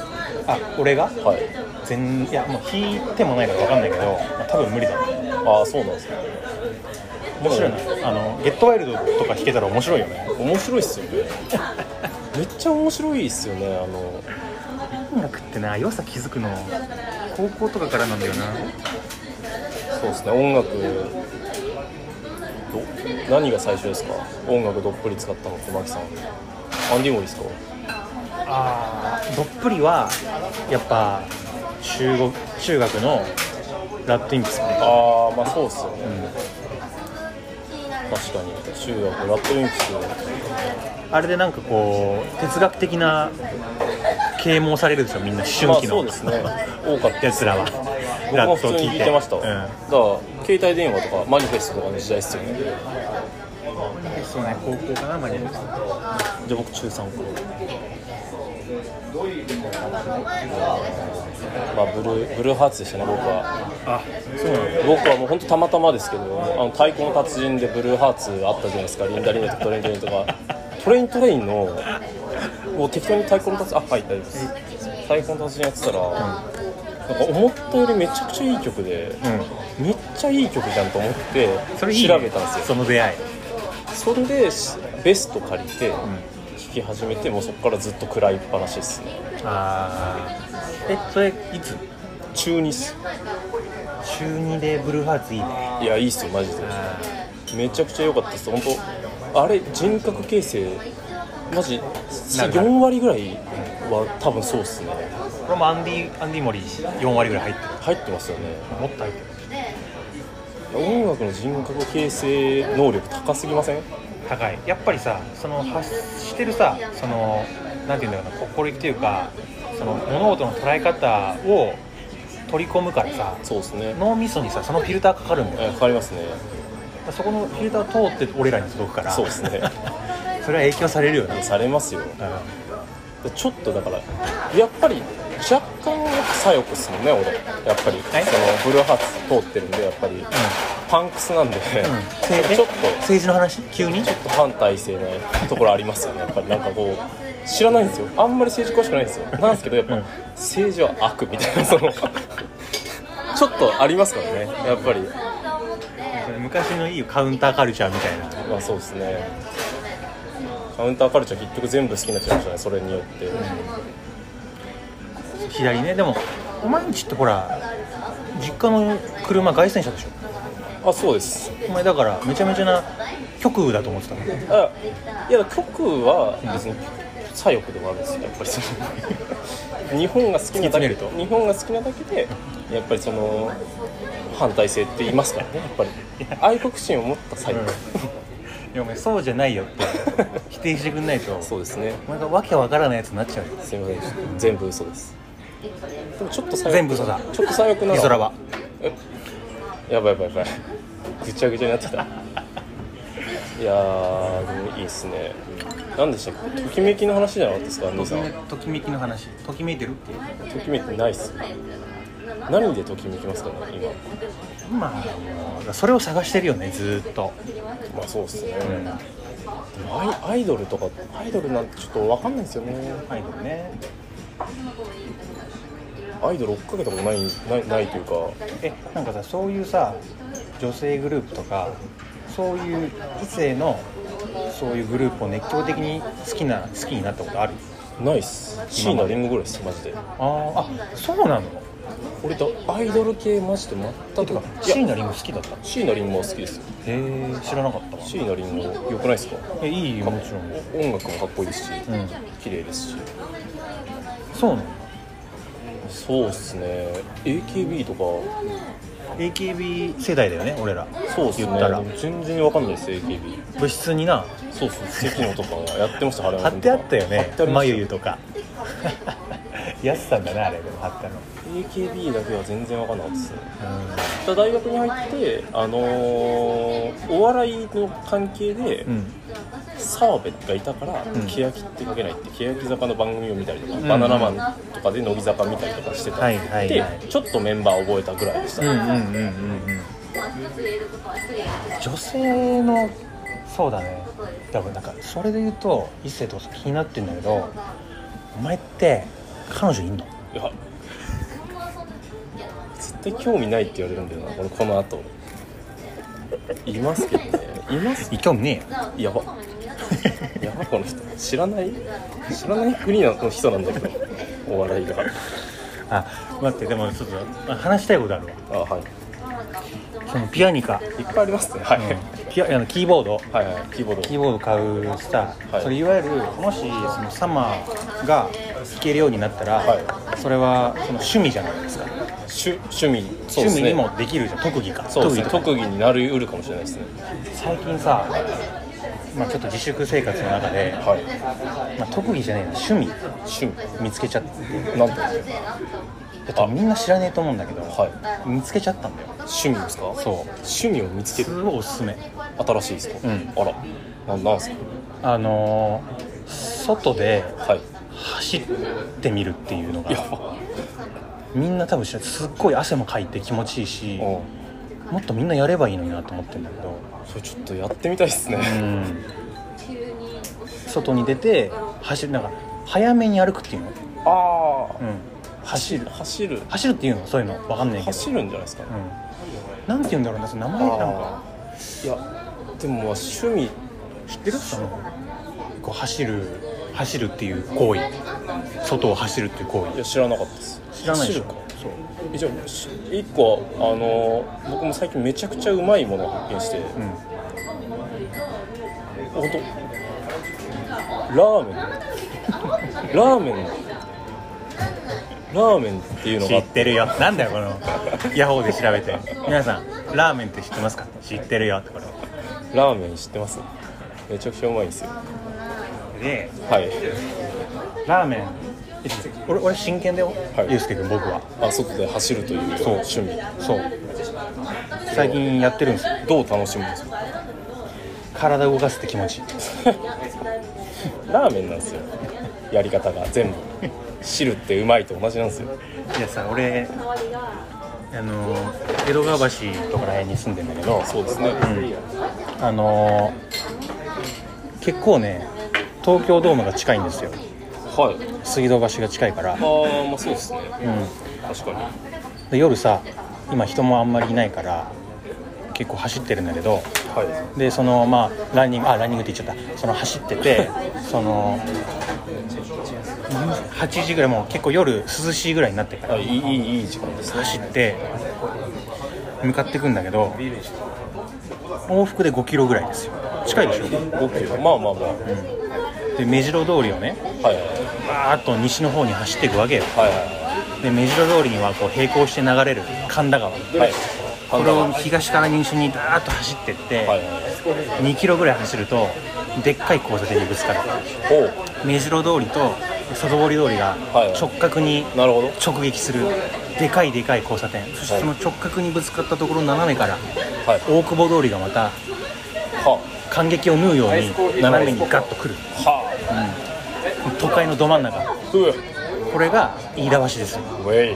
[SPEAKER 1] あ俺が
[SPEAKER 2] はい
[SPEAKER 1] 全いやもう弾いてもないから分かんないけど、まあ、多分無理だね
[SPEAKER 2] ああそうなんですね
[SPEAKER 1] 面白いなあのゲットワイルドとか弾けたら面白いよね
[SPEAKER 2] 面白いっす [LAUGHS] よねめっちゃ面白いっすよねあの
[SPEAKER 1] 音楽ってな良さ気づくの高校とかからなんだよな
[SPEAKER 2] そうですね音楽ど何が最初ですか音楽どっぷり使ったのってマキさんアンディモリですか
[SPEAKER 1] あーどっぷりはやっぱ中国中学のラッドインプスかね
[SPEAKER 2] ああまあそうっすよね、確かに中学ラットウィンプス
[SPEAKER 1] あれでなんかこう哲学的な啓蒙されるでしょみんな思
[SPEAKER 2] まあ
[SPEAKER 1] 春期の、
[SPEAKER 2] そうですね
[SPEAKER 1] [LAUGHS]
[SPEAKER 2] 多かった
[SPEAKER 1] やつらは
[SPEAKER 2] 僕も普通に聞いてました、
[SPEAKER 1] うん
[SPEAKER 2] だから携帯電話とかマニフェストとかの時代っすよね
[SPEAKER 1] そうね高校かなマニア
[SPEAKER 2] じゃあ僕中3かまあブルーブルーハーツでしたね僕は
[SPEAKER 1] あそうなんだ
[SPEAKER 2] 僕はもう本当たまたまですけどあの太鼓の達人でブルーハーツあったじゃないですかリンダリネとかトレイントレインとかトレイントレインのもう適当に太鼓の達人あはい大丈夫です太鼓の達人やってたら、なんか思ったよりめちゃくちゃいい曲で、めっちゃいい曲じゃんと思って
[SPEAKER 1] そ
[SPEAKER 2] 調
[SPEAKER 1] れ
[SPEAKER 2] べ
[SPEAKER 1] いいね
[SPEAKER 2] たんですよ
[SPEAKER 1] その出会い
[SPEAKER 2] それでベスト借りて弾き始めてもうそこからずっと暗いっぱなしですね
[SPEAKER 1] あーえそれいつ
[SPEAKER 2] 中2っす
[SPEAKER 1] 中2でブルーハーツいいね
[SPEAKER 2] いやいいっすよマジでめちゃくちゃ良かったです本当あれ人格形成マジ
[SPEAKER 1] なるなる
[SPEAKER 2] 4割ぐらいは多分そうっすね
[SPEAKER 1] これもアンディアンディモリ4割ぐらい入って
[SPEAKER 2] 入ってますよね
[SPEAKER 1] るもっと入ってる
[SPEAKER 2] 音楽の人格形成能力高すぎません
[SPEAKER 1] 高いやっぱりさその発してるさそのなんていうんだろうな心意気というかその物事の捉え方を取り込むからさ
[SPEAKER 2] そうですね
[SPEAKER 1] 脳みそにさそのフィルターかかるんだよ
[SPEAKER 2] えかかりますね
[SPEAKER 1] そこのフィルターを通って俺らに届くから
[SPEAKER 2] そうですね
[SPEAKER 1] それは影響されるよね
[SPEAKER 2] されますよ
[SPEAKER 1] う
[SPEAKER 2] でちょっとだからやっぱり若干左翼っすもんね俺やっぱりそ
[SPEAKER 1] え
[SPEAKER 2] のブルーハーツ通ってるんでやっぱりパンクスなんで、
[SPEAKER 1] ん、うん、
[SPEAKER 2] ちょっと
[SPEAKER 1] 政治の話急に
[SPEAKER 2] ちょっと反体制なところありますよね、やっぱりなんかこう、知らないんですよ、あんまり政治詳しくないんですよ、なんですけど、やっぱ、
[SPEAKER 1] うん
[SPEAKER 2] 政治は悪みたいな、そのちょっとありますからね、やっぱり、
[SPEAKER 1] 昔のいいカウンターカルチャーみたいな
[SPEAKER 2] まあそうですね、カウンターカルチャー、結局全部好きになっちゃいましたね、それによって。
[SPEAKER 1] 左ねでもお前んちってほら実家の車凱旋車でしょ
[SPEAKER 2] あそうです
[SPEAKER 1] お前だからめちゃめちゃな極右だと思ってたの
[SPEAKER 2] あいや曲は別に左翼でもあるんですよやっぱりその日本が好きなだ
[SPEAKER 1] [LAUGHS] 突
[SPEAKER 2] け
[SPEAKER 1] き詰めると
[SPEAKER 2] 日本が好きなだけでやっぱりその反体制って言いますからねやっぱり愛国心を持った左翼、
[SPEAKER 1] いやお前そうじゃないよって [LAUGHS] 否定してくんないと
[SPEAKER 2] そうですね
[SPEAKER 1] お前がわけわからないやつになっちゃうよ
[SPEAKER 2] すいませんでした全部嘘ですでもちょっと左翼
[SPEAKER 1] 全部嘘だ
[SPEAKER 2] ちょっと左翼な
[SPEAKER 1] 美
[SPEAKER 2] ら
[SPEAKER 1] 空は
[SPEAKER 2] やばいやばいやばいぐちゃぐちゃになってきたいやーでもいいっすね何でしたっけときめきの話じゃなかったですか安藤さん
[SPEAKER 1] ときめきの話ときめいてるって
[SPEAKER 2] ときめいてないっす何でときめきますかね
[SPEAKER 1] まあそれを探してるよねずーっと
[SPEAKER 2] 今まあそうっすね、でもアイアイドルとかアイドルなんてちょっと分かんないですよね
[SPEAKER 1] アイドルね
[SPEAKER 2] アイドル追っかけたことないないないというか
[SPEAKER 1] えなんかさそういうさ女性グループとかそういう異性のそういうグループを熱狂的に好きな好きになったことある
[SPEAKER 2] ないっす椎名林檎ぐらいっすマジで
[SPEAKER 1] あーあそうなの
[SPEAKER 2] 俺とアイドル系マジで全く
[SPEAKER 1] て
[SPEAKER 2] な
[SPEAKER 1] か
[SPEAKER 2] い
[SPEAKER 1] 椎
[SPEAKER 2] いや
[SPEAKER 1] 名林檎好きだったへ
[SPEAKER 2] 椎名林檎は好きですよ
[SPEAKER 1] え知らなかったわ
[SPEAKER 2] 椎名林檎よくないっすか
[SPEAKER 1] えいいよもちろん
[SPEAKER 2] 音楽もかっこいいですし、
[SPEAKER 1] ん
[SPEAKER 2] 綺麗ですし
[SPEAKER 1] そうなの
[SPEAKER 2] そうっすね AKB とか
[SPEAKER 1] AKB 世代だよね俺ら
[SPEAKER 2] そうっすね
[SPEAKER 1] 言ったら
[SPEAKER 2] でも全然分かんないです AKB
[SPEAKER 1] 部室にな
[SPEAKER 2] そうそう、関野とかやってました、原
[SPEAKER 1] 貼ってあったよねまゆゆ
[SPEAKER 2] と。
[SPEAKER 1] と [LAUGHS] かやすさんだねあれでも貼ったの
[SPEAKER 2] AKB だけは全然わかんなかったですね。ただ大学に入って、あのー、お笑いの関係で
[SPEAKER 1] う、ん、
[SPEAKER 2] 澤部がいたから、
[SPEAKER 1] ん
[SPEAKER 2] 欅って書けないって、欅坂の番組を見たりとか、
[SPEAKER 1] ん
[SPEAKER 2] バナナマンとかで乃木坂見たりとかしてた。
[SPEAKER 1] はいはい
[SPEAKER 2] で
[SPEAKER 1] はい、
[SPEAKER 2] ちょっとメンバー覚えたぐらいでした。
[SPEAKER 1] うんうんうんうんうん女性のそうだねだからなんかそれで言うと一星とか気になってんだけどお前って彼女いんの
[SPEAKER 2] いや絶対興味ないって言われるんだよなこのこの後いますけどねいます
[SPEAKER 1] 興味ねえよ
[SPEAKER 2] やばやばこの人知らない知らない国の人なんだけどお笑いが
[SPEAKER 1] あ待ってでもちょっと話したいことあるわ
[SPEAKER 2] あはい
[SPEAKER 1] そのピアニカ、
[SPEAKER 2] いっぱいありますねはい、
[SPEAKER 1] ピアあのキーボード
[SPEAKER 2] はいはいキーボード
[SPEAKER 1] キーボード買うさ、
[SPEAKER 2] はい
[SPEAKER 1] それいわゆるもしそのサマーが弾けるようになったら、
[SPEAKER 2] は
[SPEAKER 1] それはその趣味じゃないですか
[SPEAKER 2] 趣趣味そうです
[SPEAKER 1] 趣味に
[SPEAKER 2] ね
[SPEAKER 1] もできるじゃん特技か
[SPEAKER 2] そうです
[SPEAKER 1] 特技
[SPEAKER 2] ね
[SPEAKER 1] とか
[SPEAKER 2] 特技になりうるかもしれないですね
[SPEAKER 1] 最近さ、まあ、ちょっと自粛生活の中で、
[SPEAKER 2] はい
[SPEAKER 1] まあ、特技じゃないな趣味
[SPEAKER 2] 趣味
[SPEAKER 1] 見つけちゃって
[SPEAKER 2] なんて
[SPEAKER 1] えっとみんな知らねえと思うんだけど、
[SPEAKER 2] は
[SPEAKER 1] 見つけちゃったんだよ
[SPEAKER 2] 趣味ですか
[SPEAKER 1] そう
[SPEAKER 2] 趣味を見つける
[SPEAKER 1] すごいおすすめ
[SPEAKER 2] 新しいですか、
[SPEAKER 1] うん
[SPEAKER 2] あらなんなんです
[SPEAKER 1] あのー外で
[SPEAKER 2] かはい
[SPEAKER 1] 走ってみるっていうの
[SPEAKER 2] や
[SPEAKER 1] が
[SPEAKER 2] ば
[SPEAKER 1] みんな多分知らないすっごい汗もかいて気持ちいいし
[SPEAKER 2] うん
[SPEAKER 1] もっとみんなやればいいのになと思ってるんだけど
[SPEAKER 2] それちょっとやってみたいですね、
[SPEAKER 1] うん外に出て走るなんか早めに歩くっていうの、
[SPEAKER 2] ああ
[SPEAKER 1] うん、走る
[SPEAKER 2] 走る
[SPEAKER 1] 走るっていうのそういうのわかんないけど
[SPEAKER 2] 走るんじゃないですか、
[SPEAKER 1] うん、なんて言うんだろうなその名前なんか
[SPEAKER 2] いやでもまあ趣味
[SPEAKER 1] 知ってるそのこう走る走るっていう行為外を走るっていう行
[SPEAKER 2] い
[SPEAKER 1] 為
[SPEAKER 2] や知らなかったです
[SPEAKER 1] 知らないでしょ
[SPEAKER 2] 走るか
[SPEAKER 1] そう
[SPEAKER 2] えじゃあし一個あのー僕も最近めちゃくちゃうまいものを発見して、
[SPEAKER 1] うん
[SPEAKER 2] 本当ラーメンラーメンラーメンっていうの
[SPEAKER 1] 知
[SPEAKER 2] が
[SPEAKER 1] ってるよなんだよこ
[SPEAKER 2] [LAUGHS]
[SPEAKER 1] のヤホーで調べて皆さんラーメンって知ってますか知ってるよってこれ
[SPEAKER 2] ラーメン知ってますめちゃくちゃうまいんですよ
[SPEAKER 1] で
[SPEAKER 2] はい
[SPEAKER 1] ラーメンえ俺俺真剣だよ、
[SPEAKER 2] はい
[SPEAKER 1] ゆうすけ君僕は
[SPEAKER 2] あ外で走るという趣味
[SPEAKER 1] そう最近やってるんですよ
[SPEAKER 2] どう楽しむんですか
[SPEAKER 1] 体動かすって気持ちいい
[SPEAKER 2] ラーメンなんですよやり方が [LAUGHS] 全部汁ってうまいと同じなんですよ
[SPEAKER 1] いやさ俺あの江戸川橋とから辺に住んでんだけど
[SPEAKER 2] そうですね、
[SPEAKER 1] あの結構ね東京ドームが近いんですよ
[SPEAKER 2] はい
[SPEAKER 1] 水道橋が近いから、
[SPEAKER 2] ああまあそうですね
[SPEAKER 1] うん、
[SPEAKER 2] 確かに
[SPEAKER 1] で夜さ今人もあんまりいないから結構走ってるんだけど
[SPEAKER 2] は
[SPEAKER 1] でそのまあランニングあランニングって言っちゃったその走って [LAUGHS] てその8時ぐらいもう結構夜涼しいぐらいになってから
[SPEAKER 2] いあいいいいいい時間ですね
[SPEAKER 1] 走って向かってくんだけど往復で5キロぐらいですよ近いでしょ
[SPEAKER 2] 5キロまあまあまあ、
[SPEAKER 1] で目白通りをね
[SPEAKER 2] はいはい
[SPEAKER 1] バーッと西の方に走っていくわけよ
[SPEAKER 2] はいは
[SPEAKER 1] で目白通りにはこう並行して流れる神田川
[SPEAKER 2] いはい
[SPEAKER 1] これを
[SPEAKER 2] は
[SPEAKER 1] 東から西にダーッと走ってって、
[SPEAKER 2] いはい
[SPEAKER 1] 2キロぐらい走るとでっかい交差点にぶつかる
[SPEAKER 2] おう
[SPEAKER 1] 目白通りと外堀通りが
[SPEAKER 2] はいはい
[SPEAKER 1] 直角に
[SPEAKER 2] なるほど
[SPEAKER 1] 直撃するでかいでかい交差点そしてその直角にぶつかったところの斜めから
[SPEAKER 2] はい
[SPEAKER 1] 大久保通りがまた
[SPEAKER 2] は
[SPEAKER 1] 感激を縫うように斜めにガッと来る
[SPEAKER 2] は
[SPEAKER 1] 都会のど真ん中
[SPEAKER 2] うう
[SPEAKER 1] これが飯田橋ですよ
[SPEAKER 2] ウェイウ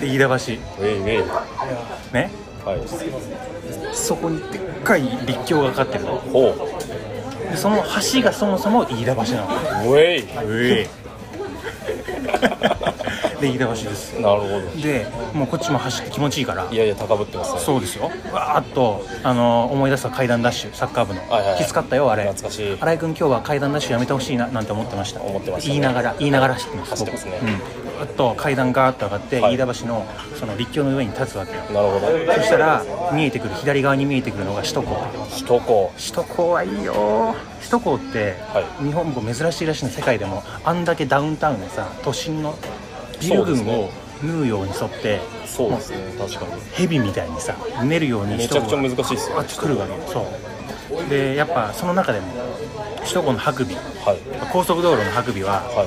[SPEAKER 1] で飯田
[SPEAKER 2] ェイウェイ
[SPEAKER 1] 橋ね
[SPEAKER 2] はい
[SPEAKER 1] そこにでっかい立教がかかってるの
[SPEAKER 2] ほう
[SPEAKER 1] でその橋がそもそも飯田橋なの
[SPEAKER 2] ウェイ
[SPEAKER 1] ええで飯田橋です
[SPEAKER 2] なるほど
[SPEAKER 1] でもうこっちも走って気持ちいいから
[SPEAKER 2] いやいや高ぶってますね
[SPEAKER 1] そうですよわーっと、あの思い出した階段ダッシュサッカー部の、
[SPEAKER 2] はいはいはい
[SPEAKER 1] きつかったよあれ
[SPEAKER 2] 懐かしい
[SPEAKER 1] 新井君今日は階段ダッシュやめてほしいななんて思ってました
[SPEAKER 2] 思ってましたね
[SPEAKER 1] 言いながら言いながら走ってます
[SPEAKER 2] 走ってますね
[SPEAKER 1] 僕うん、あと階段ガーッと上がって、
[SPEAKER 2] はい
[SPEAKER 1] 飯田橋のその立橋の上に立つわけよ
[SPEAKER 2] なるほど
[SPEAKER 1] そしたら見えてくる左側に見えてくるのが首都高
[SPEAKER 2] 首都高
[SPEAKER 1] 首都高はいいよ首都高って
[SPEAKER 2] はい
[SPEAKER 1] 日本も珍しいらしいの世界でもあんだけダウンタウンでさ都心のビル群を縫うように沿って
[SPEAKER 2] そうですね確かに
[SPEAKER 1] 蛇みたいにさうねるように
[SPEAKER 2] めちゃくちゃ難
[SPEAKER 1] し
[SPEAKER 2] しいですよ
[SPEAKER 1] あっち来るわけよそうでやっぱその中でも首都高の白尾
[SPEAKER 2] はい
[SPEAKER 1] 高速道路の白尾は
[SPEAKER 2] はい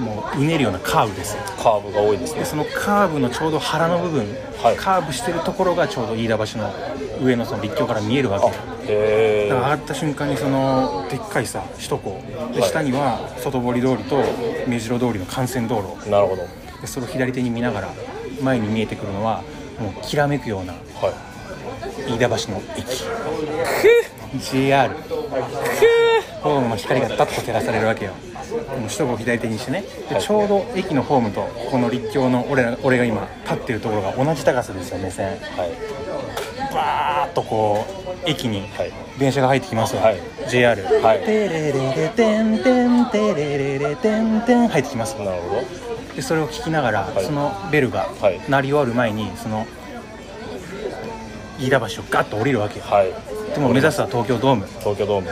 [SPEAKER 1] もううねるようなカーブですよ
[SPEAKER 2] カーブが多いですね
[SPEAKER 1] でそのカーブのちょうど腹の部分、
[SPEAKER 2] はい
[SPEAKER 1] カーブしてるところがちょうど飯田橋の上のその立橋から見えるわけ
[SPEAKER 2] あ
[SPEAKER 1] よ
[SPEAKER 2] へえ
[SPEAKER 1] だから上がった瞬間にそのでっかいさ首都高で
[SPEAKER 2] はい
[SPEAKER 1] 下には外堀通りと目白通りの幹線道路
[SPEAKER 2] なるほど
[SPEAKER 1] でそれを左手に見ながら前に見えてくるのはもうきらめくような
[SPEAKER 2] はい
[SPEAKER 1] 飯田橋の駅 JR ホームの光がダッと照らされるわけよもう首都高を左手にしてねで
[SPEAKER 2] はい
[SPEAKER 1] ちょうど駅のホームとこの立教の俺ら俺が今立ってるところが同じ高さですよ目線
[SPEAKER 2] はい
[SPEAKER 1] バーッとこう駅に
[SPEAKER 2] はい
[SPEAKER 1] 電車が入ってきますよ、
[SPEAKER 2] はい
[SPEAKER 1] JR、
[SPEAKER 2] はい
[SPEAKER 1] テレレレテンテンテレレレテンテン入ってきます
[SPEAKER 2] なるほ
[SPEAKER 1] でそれを聞きながら、
[SPEAKER 2] はい
[SPEAKER 1] そのベルが
[SPEAKER 2] はい
[SPEAKER 1] 鳴り終わる前にその飯田橋をガッと降りるわけよ
[SPEAKER 2] どはい
[SPEAKER 1] でも目指すは東京ドーム、
[SPEAKER 2] 東京ドーム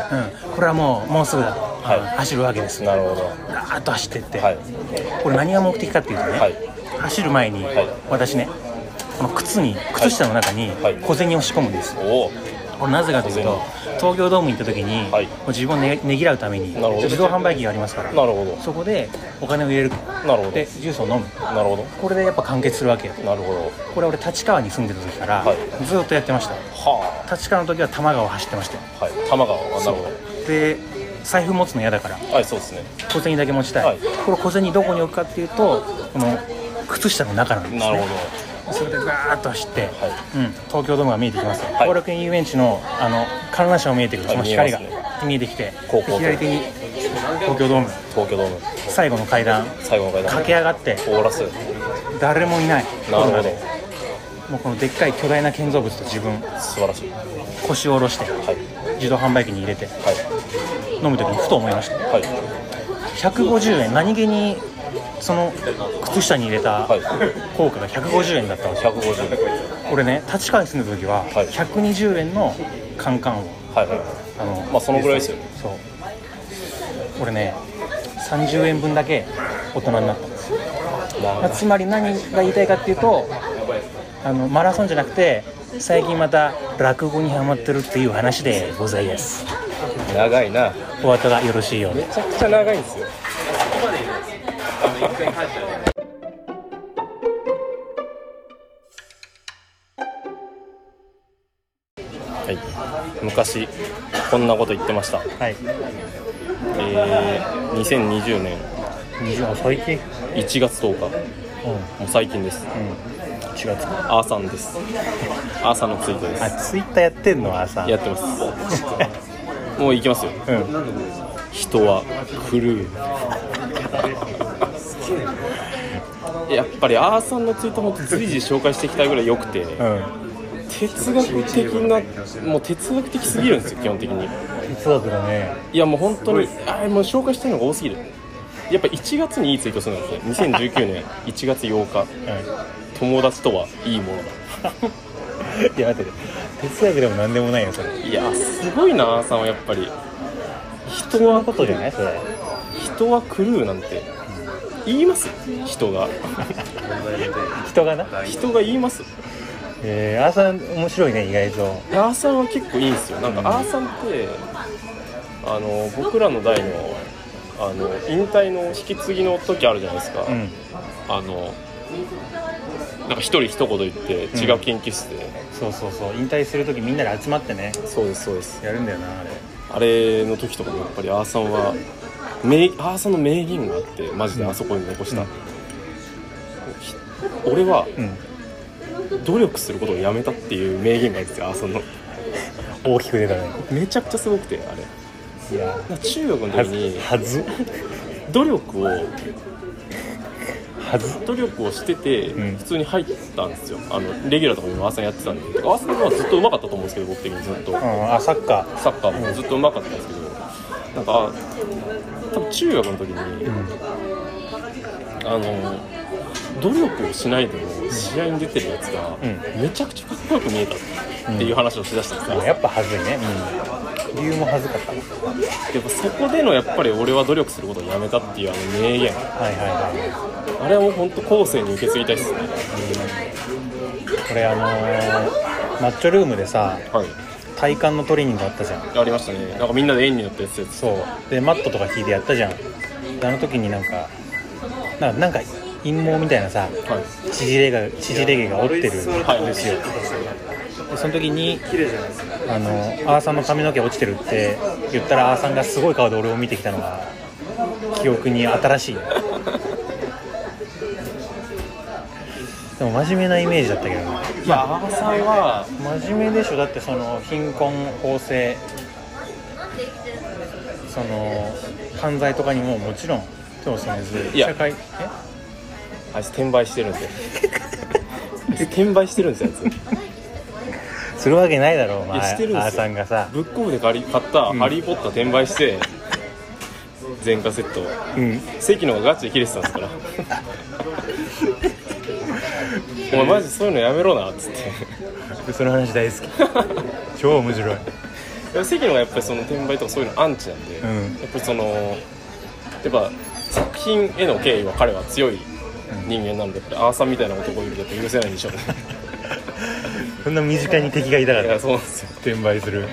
[SPEAKER 1] うん、これはもうもうすぐだ、
[SPEAKER 2] はい
[SPEAKER 1] 走るわけです
[SPEAKER 2] なるほど
[SPEAKER 1] ガーッと走ってって、
[SPEAKER 2] はい
[SPEAKER 1] これ何が目的かっていうとね、
[SPEAKER 2] はい
[SPEAKER 1] 走る前に、
[SPEAKER 2] い
[SPEAKER 1] 私ねこの靴に靴下の中に
[SPEAKER 2] はい
[SPEAKER 1] 小銭を仕込むんですよ、
[SPEAKER 2] おお
[SPEAKER 1] これなぜかというと東京ドームに行った時に、
[SPEAKER 2] はい
[SPEAKER 1] もう自分をねねぎらうために
[SPEAKER 2] なるほど
[SPEAKER 1] 自動販売機がありますから
[SPEAKER 2] なるほど
[SPEAKER 1] そこでお金を入れる
[SPEAKER 2] なるほど
[SPEAKER 1] でジュースを飲む
[SPEAKER 2] なるほど
[SPEAKER 1] これでやっぱ完結するわけよ
[SPEAKER 2] なるほど
[SPEAKER 1] これ俺立川に住んでた時から、
[SPEAKER 2] はい
[SPEAKER 1] ずっとやってました
[SPEAKER 2] は
[SPEAKER 1] 立川の時は多摩川を走ってましたよ
[SPEAKER 2] あはい玉川あなるほ
[SPEAKER 1] で財布持つの嫌だから
[SPEAKER 2] どはいそうですね
[SPEAKER 1] 小銭だけ持ちたい、
[SPEAKER 2] はい
[SPEAKER 1] これ小銭どこに置くかっていうとこの靴下の中なんですね
[SPEAKER 2] なるほ
[SPEAKER 1] それでガーッと走って、
[SPEAKER 2] い
[SPEAKER 1] うん、東京ドームが見えてきますよ
[SPEAKER 2] はい
[SPEAKER 1] 後楽園遊園地のあの観覧車も見えてくる、
[SPEAKER 2] はい
[SPEAKER 1] その光が
[SPEAKER 2] 見
[SPEAKER 1] 見
[SPEAKER 2] え
[SPEAKER 1] え,、
[SPEAKER 2] ます
[SPEAKER 1] てきて
[SPEAKER 2] こうこうと
[SPEAKER 1] で左手に東京ドーム
[SPEAKER 2] ど東京ドーム
[SPEAKER 1] 最後の階段
[SPEAKER 2] 最後の階段
[SPEAKER 1] 駆け上がって
[SPEAKER 2] オーラス
[SPEAKER 1] 誰もいない
[SPEAKER 2] なるほ
[SPEAKER 1] コロナ
[SPEAKER 2] ど
[SPEAKER 1] でもうこのでっかい巨大な建造物と自分
[SPEAKER 2] 素晴らしいは
[SPEAKER 1] 腰を下ろして
[SPEAKER 2] い
[SPEAKER 1] 自動販売機に入れて
[SPEAKER 2] は
[SPEAKER 1] 飲む時にふと思いました
[SPEAKER 2] いは
[SPEAKER 1] 150円何気にその靴下に入れた
[SPEAKER 2] はい
[SPEAKER 1] 効果が150円だったんですよ
[SPEAKER 2] い150
[SPEAKER 1] 俺ね立川に住んでた時は
[SPEAKER 2] はい
[SPEAKER 1] 120円のカンカンを
[SPEAKER 2] はいはい
[SPEAKER 1] あの
[SPEAKER 2] まあそのぐらいですよね
[SPEAKER 1] そう俺ね30円分だけ大人になったんですよまあつまり何が言いたいかっていうとあのマラソンじゃなくて最近また落語にハマってるっていう話でございます
[SPEAKER 2] 長いな
[SPEAKER 1] お後がよろしいようで
[SPEAKER 2] めちゃくちゃ長いんですよはい昔こんなこと言ってました、
[SPEAKER 1] はい
[SPEAKER 2] えー、2020年
[SPEAKER 1] 20最近
[SPEAKER 2] 1月10日
[SPEAKER 1] うん
[SPEAKER 2] もう最近です
[SPEAKER 1] 4月か
[SPEAKER 2] アーさんですアーさんのツイートです
[SPEAKER 1] あツイッターやってんの朝
[SPEAKER 2] やってますもう行きますよ
[SPEAKER 1] うん
[SPEAKER 2] 人は狂うやっぱりアーさんのツイートも随時紹介していきたいぐらい良くて
[SPEAKER 1] うん
[SPEAKER 2] 哲学的なもう哲学的すぎるんですよ基本的に
[SPEAKER 1] 哲学だね
[SPEAKER 2] いやもう本当にあーもう紹介してるのが多すぎるやっぱ1月にいいツイートするんですね2019年1月8日
[SPEAKER 1] う
[SPEAKER 2] 友達とはいいものだ
[SPEAKER 1] んいや待って哲学でも何でもないよそれ
[SPEAKER 2] いやすごいなアーさんはやっぱり人は
[SPEAKER 1] ことじゃないそれ
[SPEAKER 2] 人は狂うなんて言います人が
[SPEAKER 1] 人がな
[SPEAKER 2] 人が言います
[SPEAKER 1] えー、あーさん面白いね意外と
[SPEAKER 2] アーさんは結構いいんですよなんか
[SPEAKER 1] うん
[SPEAKER 2] アーさんってあの僕らの代のあの引退の引き継ぎの時あるじゃないですか、
[SPEAKER 1] うん
[SPEAKER 2] あのなんか一人一言言って
[SPEAKER 1] ん
[SPEAKER 2] 違う研究室で、
[SPEAKER 1] そうそうそう引退する時みんなで集まってね
[SPEAKER 2] そうですそうです
[SPEAKER 1] やるんだよなあれ
[SPEAKER 2] あれの時とかもやっぱりアーさんは名アーさんの名言があってマジであそこに残した、
[SPEAKER 1] うん
[SPEAKER 2] ひ俺は
[SPEAKER 1] うん
[SPEAKER 2] 努力することをやめたっていう名言があるんですよアーさんの
[SPEAKER 1] 大きく出たね
[SPEAKER 2] めちゃくちゃすごくてあれ
[SPEAKER 1] いや
[SPEAKER 2] なんか中学の
[SPEAKER 1] は
[SPEAKER 2] 時
[SPEAKER 1] ず
[SPEAKER 2] に
[SPEAKER 1] はず
[SPEAKER 2] 努力を
[SPEAKER 1] はず
[SPEAKER 2] 努力をしてて、
[SPEAKER 1] うん
[SPEAKER 2] 普通に入ったんですよあのレギュラーとかも朝やってたんで朝はずっと上手かったと思うんですけど僕的にずっと、
[SPEAKER 1] うんあサッカ
[SPEAKER 2] サッカーもずっと上手かったんですけどなんかあ多分中学の時に、
[SPEAKER 1] ーうん
[SPEAKER 2] あの努力をしないでも試合に出てるやつが、
[SPEAKER 1] う
[SPEAKER 2] めちゃくちゃかっこよく見えたっていう話をしだしたんですよ、
[SPEAKER 1] あやっぱはずいねうん理由もはずかった
[SPEAKER 2] やっぱそこでのやっぱり俺は努力することをやめたっていうあの名
[SPEAKER 1] はいはい
[SPEAKER 2] 言
[SPEAKER 1] は
[SPEAKER 2] あれはもう本当後世に受け継ぎたいですね
[SPEAKER 1] いこれあのー、マッチョルームでさ
[SPEAKER 2] はい
[SPEAKER 1] 体幹のトレーニングあったじゃん
[SPEAKER 2] ありましたねなんかみんなで円になったやつです
[SPEAKER 1] そうでマットとか聞いてやったじゃんであの時になんかなんかなんか陰謀みたいなさ
[SPEAKER 2] はい
[SPEAKER 1] 縮れが縮れ毛が折ってるん
[SPEAKER 2] はい
[SPEAKER 1] ですよでその時にあのアーさんの髪の毛落ちてるって言ったらアーさんがすごい顔で俺を見てきたのが記憶に新しいでも真面目なイメージだったけどね
[SPEAKER 2] いや阿波さんは
[SPEAKER 1] 真面目でしょだってその貧困法制その犯罪とかにももちろん手を染めず
[SPEAKER 2] いや
[SPEAKER 1] 社会え
[SPEAKER 2] あいつ転売してるんですよあいつ転売してるんですよあいつ
[SPEAKER 1] するわけないだろうお
[SPEAKER 2] いやしてるんですよ
[SPEAKER 1] あーさんがさ
[SPEAKER 2] ブックオフで借り買った「ハリー・ポッター」転売して全価セット
[SPEAKER 1] うん
[SPEAKER 2] 関の方がガチで切れてたんですからお前マジそういうのやめろなっつって
[SPEAKER 1] その話大好き [LAUGHS] 超面白い
[SPEAKER 2] でも関野がやっぱりその転売とかそういうのアンチなんで、
[SPEAKER 1] ん
[SPEAKER 2] やっぱりそのやっぱ作品への敬意は彼は強い人間なので、やっぱりアーサーみたいな男いるとやっぱ許せないんでしょうね
[SPEAKER 1] そんな身近に敵がいたか
[SPEAKER 2] い
[SPEAKER 1] ら
[SPEAKER 2] やそうなんですよ
[SPEAKER 1] 転売する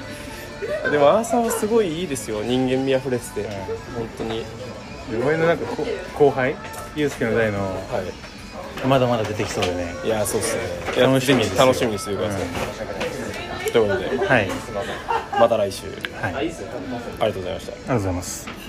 [SPEAKER 2] でもアーサーはすごいいいですよ人間味あふれてて、本当に
[SPEAKER 1] 俺のなんかこ後輩ユうスケの代の
[SPEAKER 2] はい
[SPEAKER 1] まだまだ出てきそうでね
[SPEAKER 2] いやそうですねいや
[SPEAKER 1] 楽しみですよ
[SPEAKER 2] ぜひ楽しみにしてください、ということで
[SPEAKER 1] はいはい
[SPEAKER 2] また来週
[SPEAKER 1] ありが
[SPEAKER 2] ありがとうございました
[SPEAKER 1] とうございます